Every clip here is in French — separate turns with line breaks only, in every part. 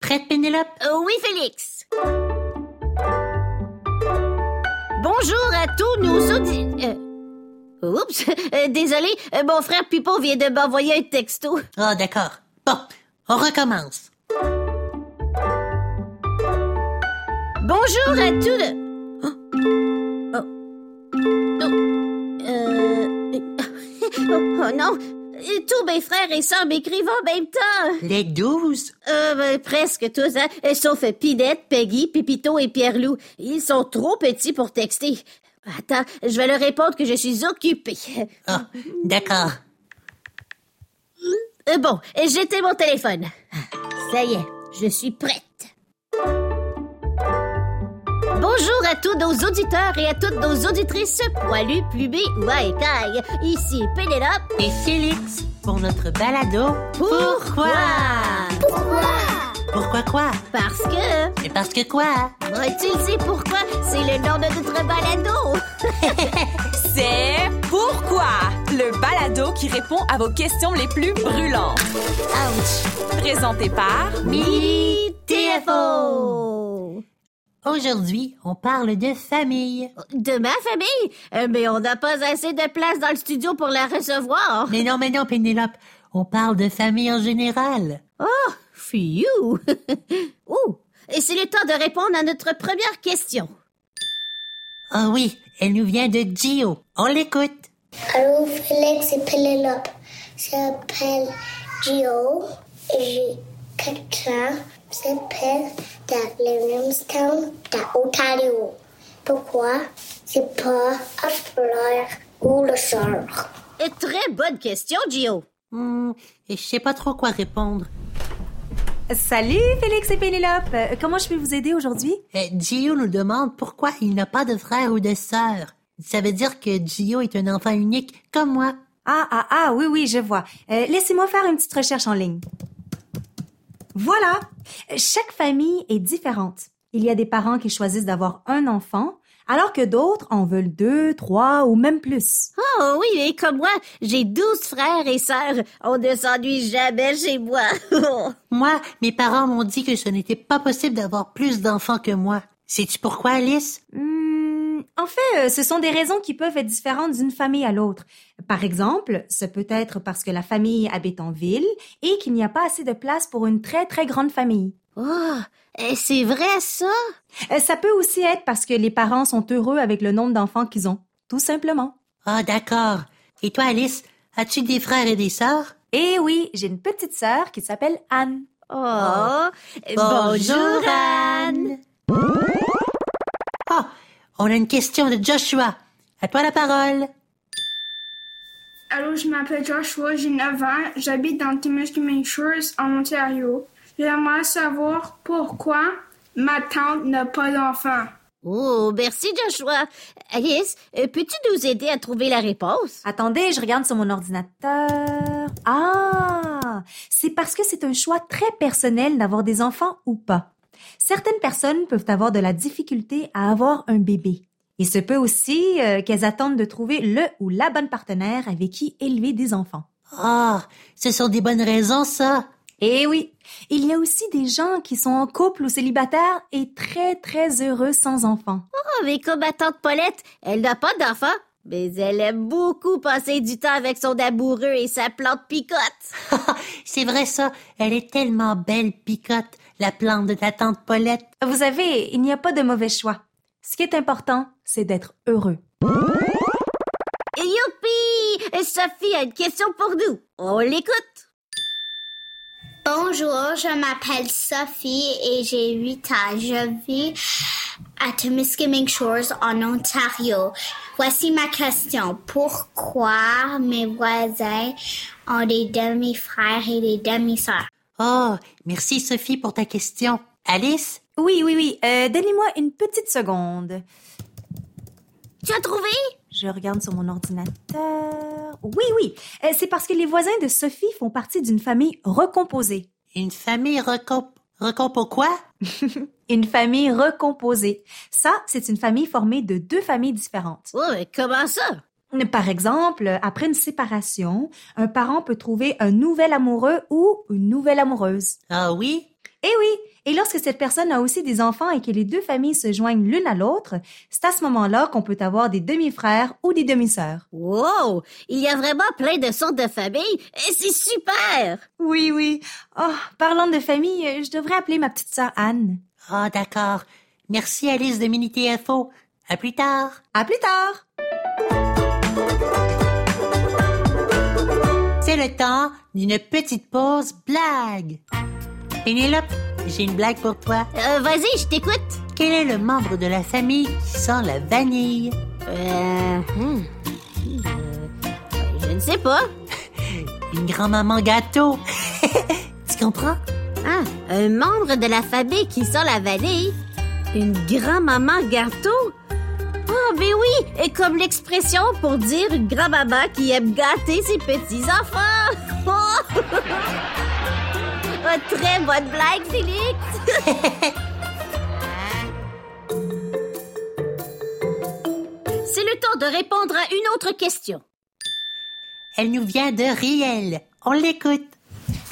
prête, Pénélope
Euh, Oui, Félix. Bonjour à tous nos audi... euh, Oups, euh, désolé, euh, mon frère Pipo vient de m'envoyer un texto.
Ah, d'accord. Bon, on recommence.
Bonjour à tous le- Oh. Oh. Oh. Euh... oh non, Et tous mes frères et sœurs m'écrivent en même temps.
Les douze?
Euh, ben, presque tous, hein? euh, sauf Pinette, Peggy, Pipito et Pierre-Loup. Ils sont trop petits pour texter. Attends, je vais leur répondre que je suis occupée.
Ah, d'accord.
Euh, bon, j'étais mon téléphone. Ça y est, je suis prête. Bonjour à tous nos auditeurs et à toutes nos auditrices poilues, plumées ou à écailles. Ici Pénélope
Et Félix, pour notre balado, pourquoi? Pourquoi quoi?
Parce que...
C'est parce que quoi?
Moi, tu le sais pourquoi, c'est le nom de notre balado.
C'est Pourquoi Le balado qui répond à vos questions les plus brûlantes. Ouch! Présenté par
Mini
TFO.
Aujourd'hui, on parle de famille.
De ma famille? Euh, mais on n'a pas assez de place dans le studio pour la recevoir.
Mais non, mais non, Pénélope, on parle de famille en général.
Oh, fiu! oh, et c'est le temps de répondre à notre première question.
Ah oui, elle nous vient de Gio. On l'écoute.
Allô, Félix et Pénélope. Je m'appelle Gio. J'ai 4 ans. Je m'appelle de Williamstown, d'Ontario. Pourquoi c'est pas un frère ou le sœur?
Euh, très bonne question, Gio.
Hmm, je sais pas trop quoi répondre.
Salut Félix et Pénélope, Euh, comment je peux vous aider aujourd'hui?
Euh, Gio nous demande pourquoi il n'a pas de frère ou de sœur. Ça veut dire que Gio est un enfant unique, comme moi.
Ah ah ah, oui oui, je vois. Euh, Laissez-moi faire une petite recherche en ligne. Voilà, Euh, chaque famille est différente. Il y a des parents qui choisissent d'avoir un enfant, alors que d'autres en veulent deux, trois ou même plus.
Oh oui, et comme moi, j'ai douze frères et sœurs. On ne s'ennuie jamais chez moi.
Moi, mes parents m'ont dit que ce n'était pas possible d'avoir plus d'enfants que moi. Sais-tu pourquoi, Alice?
Hmm, en fait, euh, ce sont des raisons qui peuvent être différentes d'une famille à l'autre. Par exemple, ce peut être parce que la famille habite en ville et qu'il n'y a pas assez de place pour une très très grande famille.
oh, eh, c'est vrai ça?
Euh, Ça peut aussi être parce que les parents sont heureux avec le nombre d'enfants qu'ils ont, tout simplement.
Ah, d'accord. Et toi, Alice, as-tu des frères et des sœurs?
Et Eh oui, j'ai une petite sœur qui s'appelle Anne.
Oh, bonjour Anne.
Ah, on a une question de Joshua. À toi la parole.
Allô, je m'appelle Joshua, j'ai 9 ans, j'habite dans Timiskaming Shores, en Ontario. J'aimerais savoir pourquoi ma tante n'a pas d'enfant.
Oh, merci Joshua. Alice, euh, peux-tu nous aider à trouver la réponse?
Attendez, je regarde sur mon ordinateur. Ah, c'est parce que c'est un choix très personnel d'avoir des enfants ou pas. Certaines personnes peuvent avoir de la difficulté à avoir un bébé. Il se peut aussi euh, qu'elles attendent de trouver le ou la bonne partenaire avec qui élever des enfants.
Ah, ce sont des bonnes raisons, ça.
Eh oui, il y a aussi des gens qui sont en couple ou célibataires et très très heureux sans enfants.
Oh, mais comme ma tante Paulette, elle n'a pas d'enfant, mais elle aime beaucoup passer du temps avec son amoureux et sa plante picote.
C'est vrai, ça. Elle est tellement belle, Picotte, la plante de ta tante Paulette.
Vous savez, il n'y a pas de mauvais choix. Ce qui est important, c'est d'être heureux.
Et Youpi! Sophie a une question pour nous. On l'écoute.
Bonjour, je m'appelle Sophie et j'ai 8 ans. Je vis à Temiskaming Shores en Ontario. Voici ma question. Pourquoi mes voisins ont des demi-frères et des demi-sœurs?
Oh, merci, Sophie, pour ta question. Alice?
Oui, oui, oui, euh, donnez-moi une petite seconde.
Tu as trouvé?
Je regarde sur mon ordinateur. Oui, oui, euh, c'est parce que les voisins de Sophie font partie d'une famille recomposée.
Une famille recomp... Recomp au quoi?
Une famille recomposée. Ça, c'est une famille formée de deux familles différentes.
Oh, mais comment ça?
Par exemple, après une séparation, un parent peut trouver un nouvel amoureux ou une nouvelle amoureuse.
Ah oui?
Eh oui, et lorsque cette personne a aussi des enfants et que les deux familles se joignent l'une à l'autre, c'est à ce moment-là qu'on peut avoir des demi-frères ou des demi-sœurs.
Wow! Il y a vraiment plein de sortes de familles et c'est super!
Oui, oui. Oh, parlant de famille, euh, je devrais appeler ma petite sœur Anne.
Ah, d'accord. Merci, Alice de Minitfo. À plus tard.
À plus tard!
C'est le temps d'une petite pause blague. Pénélope, j'ai une blague pour toi.
Euh, Vas-y, je t'écoute.
Quel est le membre de la famille qui sent la vanille?
Euh, hmm, euh, je ne sais pas.
Une grand-maman gâteau. tu comprends?
Ah, un membre de la famille qui sent la vanille. Une grand-maman gâteau. Ah, ben oui, et comme l'expression pour dire une grand-maman qui aime gâter ses petits-enfants. Oh! Ah, très bonne blague, Félix. C'est le temps de répondre à une autre question.
Elle nous vient de Riel. On l'écoute.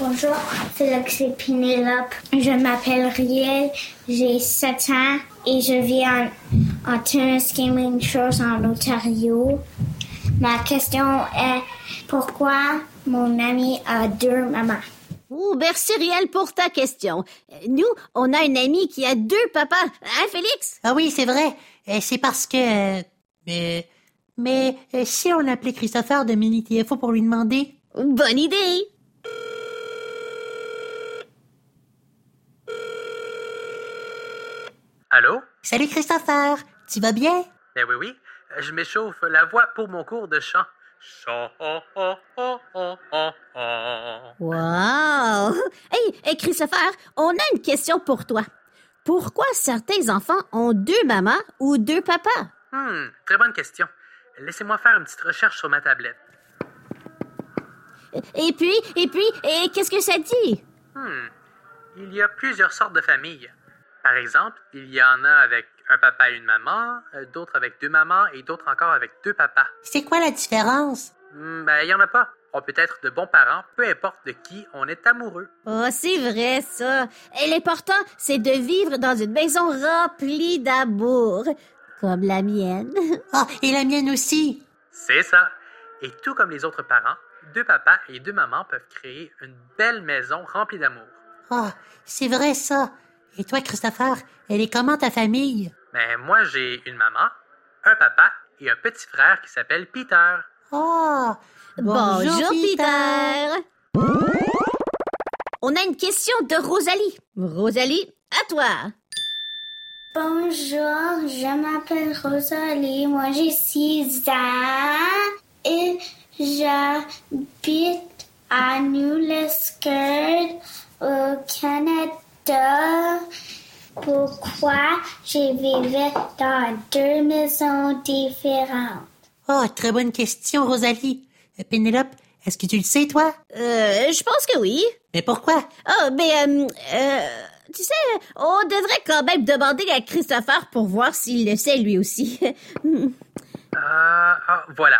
Bonjour, Félix et Pénélope. Je m'appelle Riel, j'ai 7 ans et je vis en, en Tennis Gaming Shores en Ontario. Ma question est pourquoi mon ami a deux mamans?
Oh, merci Riel pour ta question. Euh, Nous, on a une amie qui a deux papas. Hein, Félix?
Ah oui, c'est vrai. Euh, C'est parce que... euh, euh, mais euh, si on appelait Christopher de Minitfo pour lui demander...
Bonne idée!
Allô?
Salut Christopher, tu vas bien?
Eh oui, oui. Je m'échauffe la voix pour mon cours de chant. Chant. Hmm,
Wow! Hey, hey, Christopher, on a une question pour toi. Pourquoi certains enfants ont deux mamans ou deux papas?
Hmm, très bonne question. Laissez-moi faire une petite recherche sur ma tablette.
Et puis, et puis, et qu'est-ce que ça dit?
Hmm. Il y a plusieurs sortes de familles. Par exemple, il y en a avec un papa et une maman, euh, d'autres avec deux mamans et d'autres encore avec deux papas.
C'est quoi la différence?
Hmm, ben, il n'y en a pas. On peut être de bons parents, peu importe de qui on est amoureux.
Oh, c'est vrai, ça. Et l'important, c'est de vivre dans une maison remplie d'amour, comme la mienne.
Ah, et la mienne aussi.
C'est ça. Et tout comme les autres parents, deux papas et deux mamans peuvent créer une belle maison remplie d'amour.
Ah, c'est vrai ça. Et toi, Christopher, elle est comment ta famille?
Mais moi, j'ai une maman, un papa et un petit frère qui s'appelle Peter.
Ah,
Peter. On a une question de Rosalie. Rosalie, à toi.
Bonjour, je m'appelle Rosalie, moi j'ai 6 ans et j'habite à Newlescott au Canada. Pourquoi j'ai vécu dans deux maisons différentes?
Ah, très bonne question, Rosalie. Euh, Pénélope, est-ce que tu le sais, toi?
Euh, je pense que oui.
Mais pourquoi?
Oh, mais, euh, euh, tu sais, on devrait quand même demander à Christopher pour voir s'il le sait lui aussi. Hmm.
Ah, ah, voilà.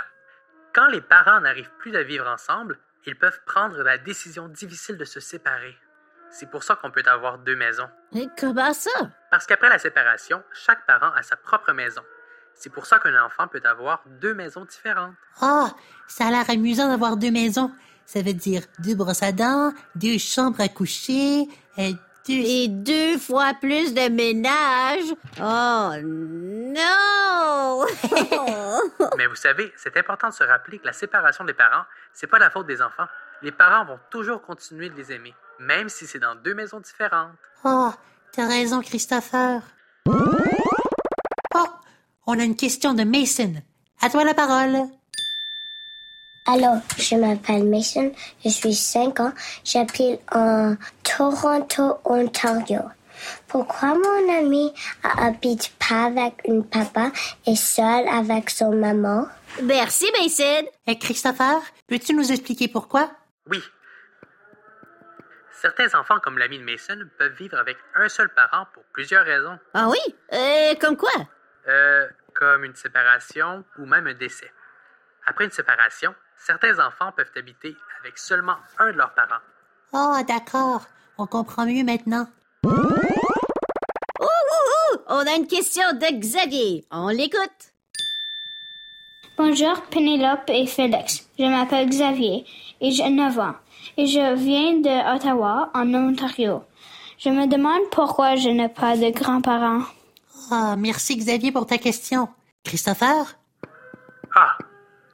Quand les parents n'arrivent plus à vivre ensemble, ils peuvent prendre la décision difficile de se séparer. C'est pour ça qu'on peut avoir deux maisons.
Et Comment ça?
Parce qu'après la séparation, chaque parent a sa propre maison. C'est pour ça qu'un enfant peut avoir deux maisons différentes.
Ah, ça a l'air amusant d'avoir deux maisons. Ça veut dire deux brosses à dents, deux chambres à coucher, euh, deux...
Et deux fois plus de ménage. Oh non!
Mais vous savez, c'est important de se rappeler que la séparation des parents, c'est pas la faute des enfants. Les parents vont toujours continuer de les aimer, même si c'est dans deux maisons différentes.
Ah, t'as raison, Christopher. Oh, on a une question de Mason. À toi la parole.
Alors, je m'appelle Mason, je suis 5 ans, j'habite en Toronto, Ontario. Pourquoi mon ami habite pas avec une papa et seul avec son maman?
Merci, Mason.
Eh, Christopher, peux-tu nous expliquer pourquoi?
Oui. Certains enfants, comme l'ami de Mason, peuvent vivre avec un seul parent pour plusieurs raisons,
Ah oui? Euh, comme quoi?
Euh, comme une séparation ou même un décès. Après une séparation, certains enfants peuvent habiter avec seulement un de leurs parents.
Ah, d'accord. On comprend mieux maintenant.
Ouh, on a une question de Xavier. On l'écoute.
Bonjour Pénélope et Félix. Je m'appelle Xavier et j'ai 9 ans et je viens de Ottawa en Ontario. Je me demande pourquoi je n'ai pas de grands-parents.
Ah, merci Xavier pour ta question. Christopher
Ah,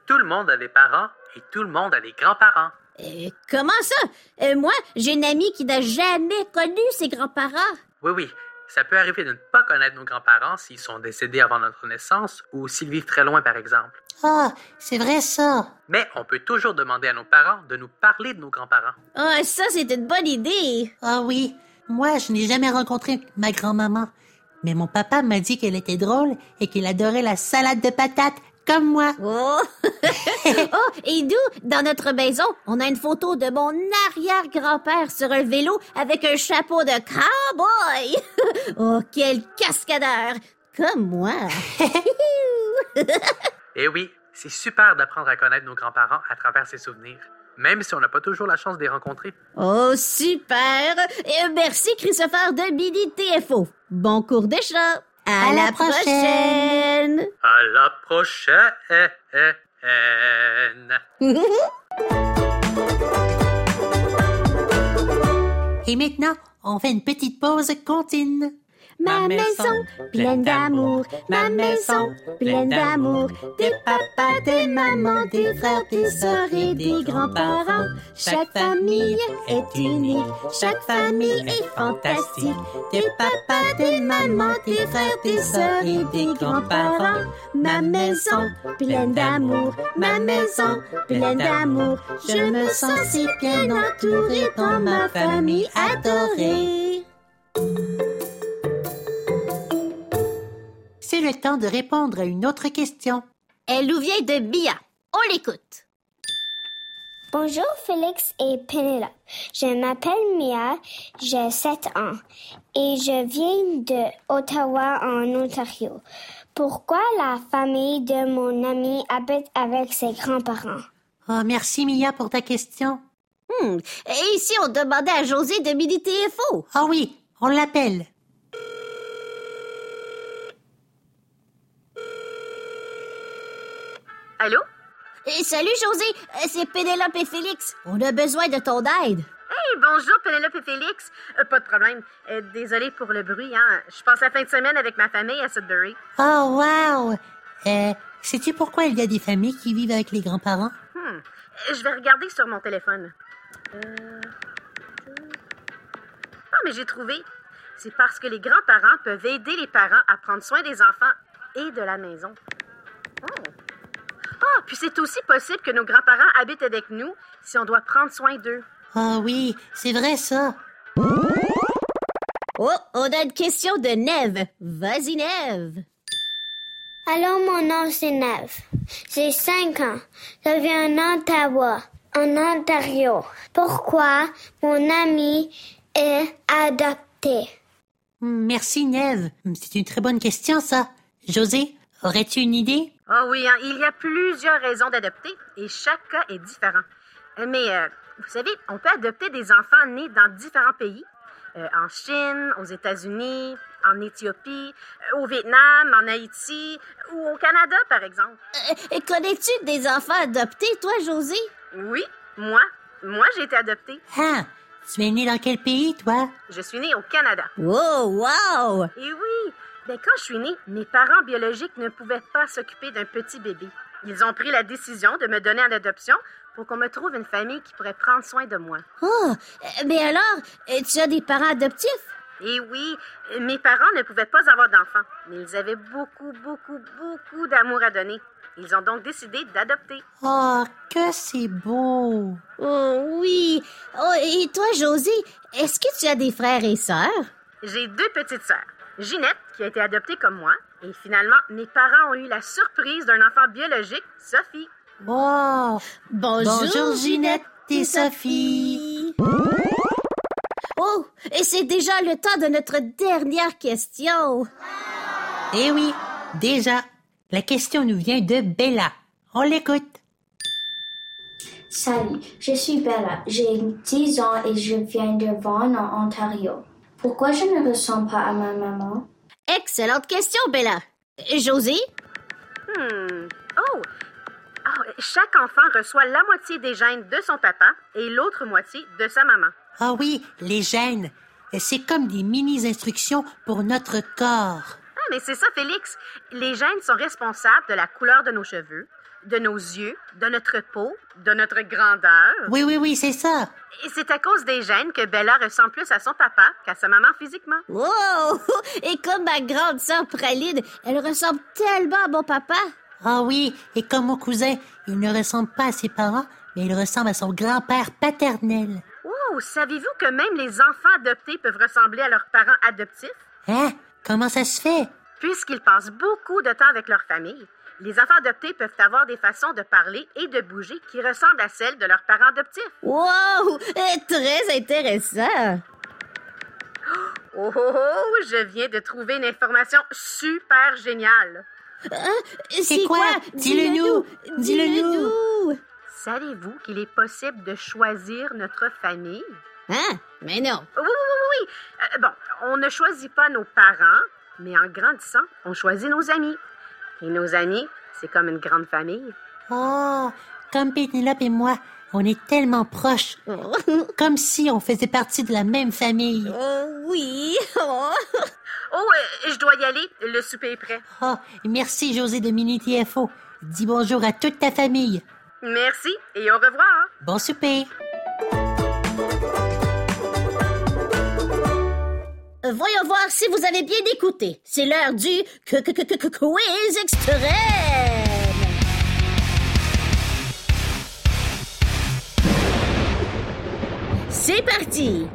tout le monde a des parents et tout le monde a des grands-parents.
Euh, comment ça? Euh, moi, j'ai une amie qui n'a jamais connu ses grands-parents.
Oui, oui, ça peut arriver de ne pas connaître nos grands-parents s'ils sont décédés avant notre naissance ou s'ils vivent très loin, par exemple.
Ah, c'est vrai ça.
Mais on peut toujours demander à nos parents de nous parler de nos grands-parents.
Ah, ça, c'est une bonne idée.
Ah oui, moi je n'ai jamais rencontré ma grand-maman. Mais mon papa m'a dit qu'elle était drôle et qu'il adorait la salade de patates, comme moi.
Oh! oh, et nous, dans notre maison, on a une photo de mon arrière-grand-père sur un vélo avec un chapeau de cowboy. oh, quel cascadeur! Comme moi.
Et Eh oui, c'est super d'apprendre à connaître nos grands-parents à travers ces souvenirs, même si on n'a pas toujours la chance de les rencontrer.
oh, super! Et merci, Christopher de Mini TFO. Bon cours de chat. À,
À la
prochaine.
À la prochaine!
Et maintenant, on fait une petite pause contine.
Ma maison pleine d'amour, ma maison pleine d'amour, des papas, des mamans, des frères, des sœurs et des grands-parents. Chaque famille est unique, chaque famille est fantastique. Des papas, des mamans, des frères, des sœurs et des grands-parents. Ma maison pleine d'amour, ma maison pleine d'amour. Je me sens si bien entourée dans ma famille adorée.
C'est le temps de répondre à une autre question.
Elle ou vient de Bia. On l'écoute.
Bonjour Félix et Pénélope. Je m'appelle Mia, j'ai 7 ans et je viens de Ottawa en Ontario. Pourquoi la famille de mon ami habite avec ses grands-parents?
Oh, merci Mia pour ta question.
Hmm. Et ici, on demandait à José de midi TFO.
Ah oui, on l'appelle.
Allô? salut, José. Euh, C'est Pénélope et Félix. On a besoin de ton aide.
Hey, bonjour Pénélope et Félix. Euh, pas de problème. Euh, désolée pour le bruit, hein. Je passe la fin de semaine avec ma famille à Sudbury.
Oh wow. Euh, sais-tu pourquoi il y a des familles qui vivent avec les grands-parents
Hmm. Euh, Je vais regarder sur mon téléphone. Euh, Ah, mais j'ai trouvé. C'est parce que les grands-parents peuvent aider les parents à prendre soin des enfants et de la maison. Oh. Ah, puis c'est aussi possible que nos grands-parents habitent avec nous si on doit prendre soin d'eux.
Ah oui, c'est vrai ça.
Oh, on a une question de Neve. Vas-y, Neve.
Alors, mon nom, c'est Neve. J'ai 5 ans. Je viens en Ottawa, en Ontario. Pourquoi mon ami est adopté?
Hmm, Merci Neve. Hmm, C'est une très bonne question ça. José, aurais-tu une idée
Ah oui, hein, il y a plusieurs raisons d'adopter et chaque cas est différent. Euh, Mais euh, vous savez, on peut adopter des enfants nés dans différents pays. Euh, en Chine, aux États-Unis, en Éthiopie, euh, au Vietnam, en Haïti ou au Canada, par exemple.
Euh, Connais-tu des enfants adoptés, toi, José?
Oui, moi, moi j'ai été adoptée.
Ah, tu es né dans quel pays toi
Je suis née au Canada.
Oh, wow!
Et oui, ben quand je suis née, mes parents biologiques ne pouvaient pas s'occuper d'un petit bébé. Ils ont pris la décision de me donner en adoption pour qu'on me trouve une famille qui pourrait prendre soin de moi.
Oh, euh, mais alors, euh, tu as des parents adoptifs?
Et oui, mes parents ne pouvaient pas avoir d'enfants, mais ils avaient beaucoup, beaucoup, beaucoup d'amour à donner. Ils ont donc décidé d'adopter.
Oh, que c'est beau.
Oh, oui. Oh, et toi, José, est-ce que tu as des frères et sœurs?
J'ai deux petites sœurs, Ginette, qui a été adoptée comme moi, et finalement, mes parents ont eu la surprise d'un enfant biologique, Sophie.
Wow.
Bonjour,
Bonjour, Ginette et Sophie.
Oh, et c'est déjà le temps de notre dernière question.
Eh oui, déjà. La question nous vient de Bella. On l'écoute.
Salut, je suis Bella, j'ai 10 ans et je viens de Vaughan, en Ontario. Pourquoi je ne ressemble pas à ma maman?
Excellente question, Bella. Josie?
Hmm. Oh! Ah, chaque enfant reçoit la moitié des gènes de son papa et l'autre moitié de sa maman.
Ah oui, les gènes. C'est comme des mini-instructions pour notre corps.
Ah, mais c'est ça, Félix. Les gènes sont responsables de la couleur de nos cheveux, de nos yeux, de notre peau, de notre grandeur.
Oui, oui, oui, c'est ça.
Et c'est à cause des gènes que Bella ressemble plus à son papa qu'à sa maman physiquement.
Wow! Et comme ma grande sœur Praline, elle ressemble tellement à mon papa.
Ah oui, et comme mon cousin, il ne ressemble pas à ses parents, mais il ressemble à son grand-père paternel.
Wow! Savez-vous que même les enfants adoptés peuvent ressembler à leurs parents adoptifs?
Hein? Comment ça se fait?
Puisqu'ils passent beaucoup de temps avec leur famille, les enfants adoptés peuvent avoir des façons de parler et de bouger qui ressemblent à celles de leurs parents adoptifs.
Wow! Eh, Très intéressant.
Oh, oh, oh, je viens de trouver une information super géniale.
C'est quoi? Dis-le nous! Dis-le
nous!
Savez-vous qu'il est possible de choisir notre famille?
Hein? Mais non.
Oui, oui, oui, oui, oui. Euh, bon, on ne choisit pas nos parents, mais en grandissant, on choisit nos amis. Et nos amis, c'est comme une grande famille.
Oh, comme Pénélope et moi, on est tellement proches, comme si on faisait partie de la même famille.
Oh oui. Oh.
Oh, euh, je dois y aller, le souper est prêt.
Oh, merci José de Mini TFO. Dis bonjour à toute ta famille.
Merci et au revoir.
Bon souper.
Euh, Voyons voir si vous avez bien écouté. C'est l'heure du que- que- que- que- que- quiz extrême. C'est parti.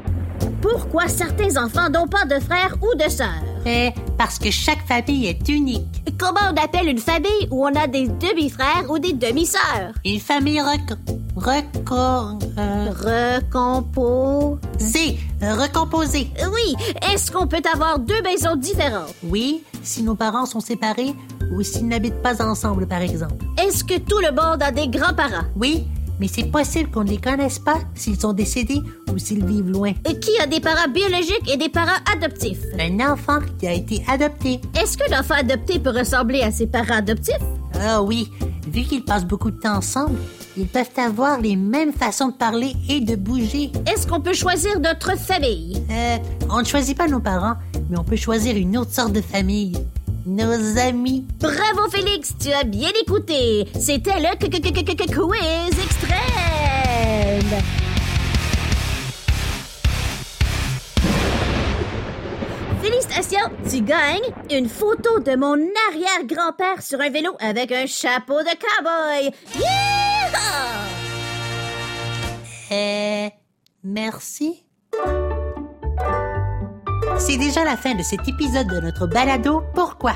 Pourquoi certains enfants n'ont pas de frères ou de sœurs?
Eh, parce que chaque famille est unique.
Comment on appelle une famille où on a des demi-frères ou des demi-sœurs?
Une famille rec... reco- euh,
Recompo.
zé, recomposée.
Oui, est-ce qu'on peut avoir deux maisons différentes?
Oui, si nos parents sont séparés ou s'ils n'habitent pas ensemble, par exemple.
Est-ce que tout le monde a des grands-parents?
Oui, mais c'est possible qu'on ne les connaisse pas s'ils sont décédés ou s'ils vivent loin.
Et Qui a des parents biologiques et des parents adoptifs?
Un enfant qui a été adopté.
Est-ce qu'un enfant adopté peut ressembler à ses parents adoptifs?
Ah oui, vu qu'ils passent beaucoup de temps ensemble, ils peuvent avoir les mêmes façons de parler et de bouger.
Est-ce qu'on peut choisir notre famille?
Euh, on ne choisit pas nos parents, mais on peut choisir une autre sorte de famille. Nos amis.
Bravo Félix, tu as bien écouté. C'était le que- que- que- que- que- quiz extrême. Félicitations, tu gagnes une photo de mon arrière-grand-père sur un vélo avec un chapeau de cowboy. Yeehaw!
Euh, merci. C'est déjà la fin de cet épisode de notre balado Pourquoi?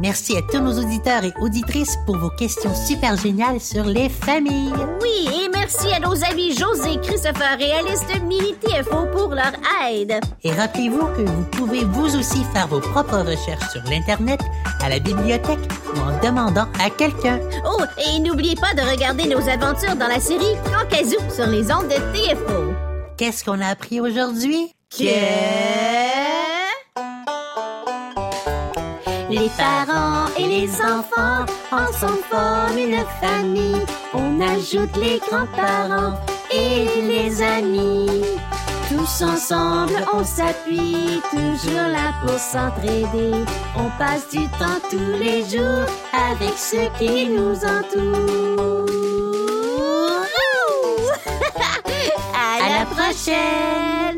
Merci à tous nos auditeurs et auditrices pour vos questions super géniales sur les familles.
Oui, et merci à nos amis José, Christopher et Alice de Mini TFO pour leur aide.
Et rappelez-vous que vous pouvez vous aussi faire vos propres recherches sur l'Internet, à la bibliothèque ou en demandant à quelqu'un.
Oh, et n'oubliez pas de regarder nos aventures dans la série Cancazou sur les ondes de TFO.
Qu'est-ce qu'on a appris aujourd'hui?
Les parents et les enfants ensemble forment une famille. On ajoute les grands-parents et les amis. Tous ensemble, on s'appuie, toujours là pour s'entraider. On passe du temps tous les jours avec ceux qui nous entourent. À, la prochaine!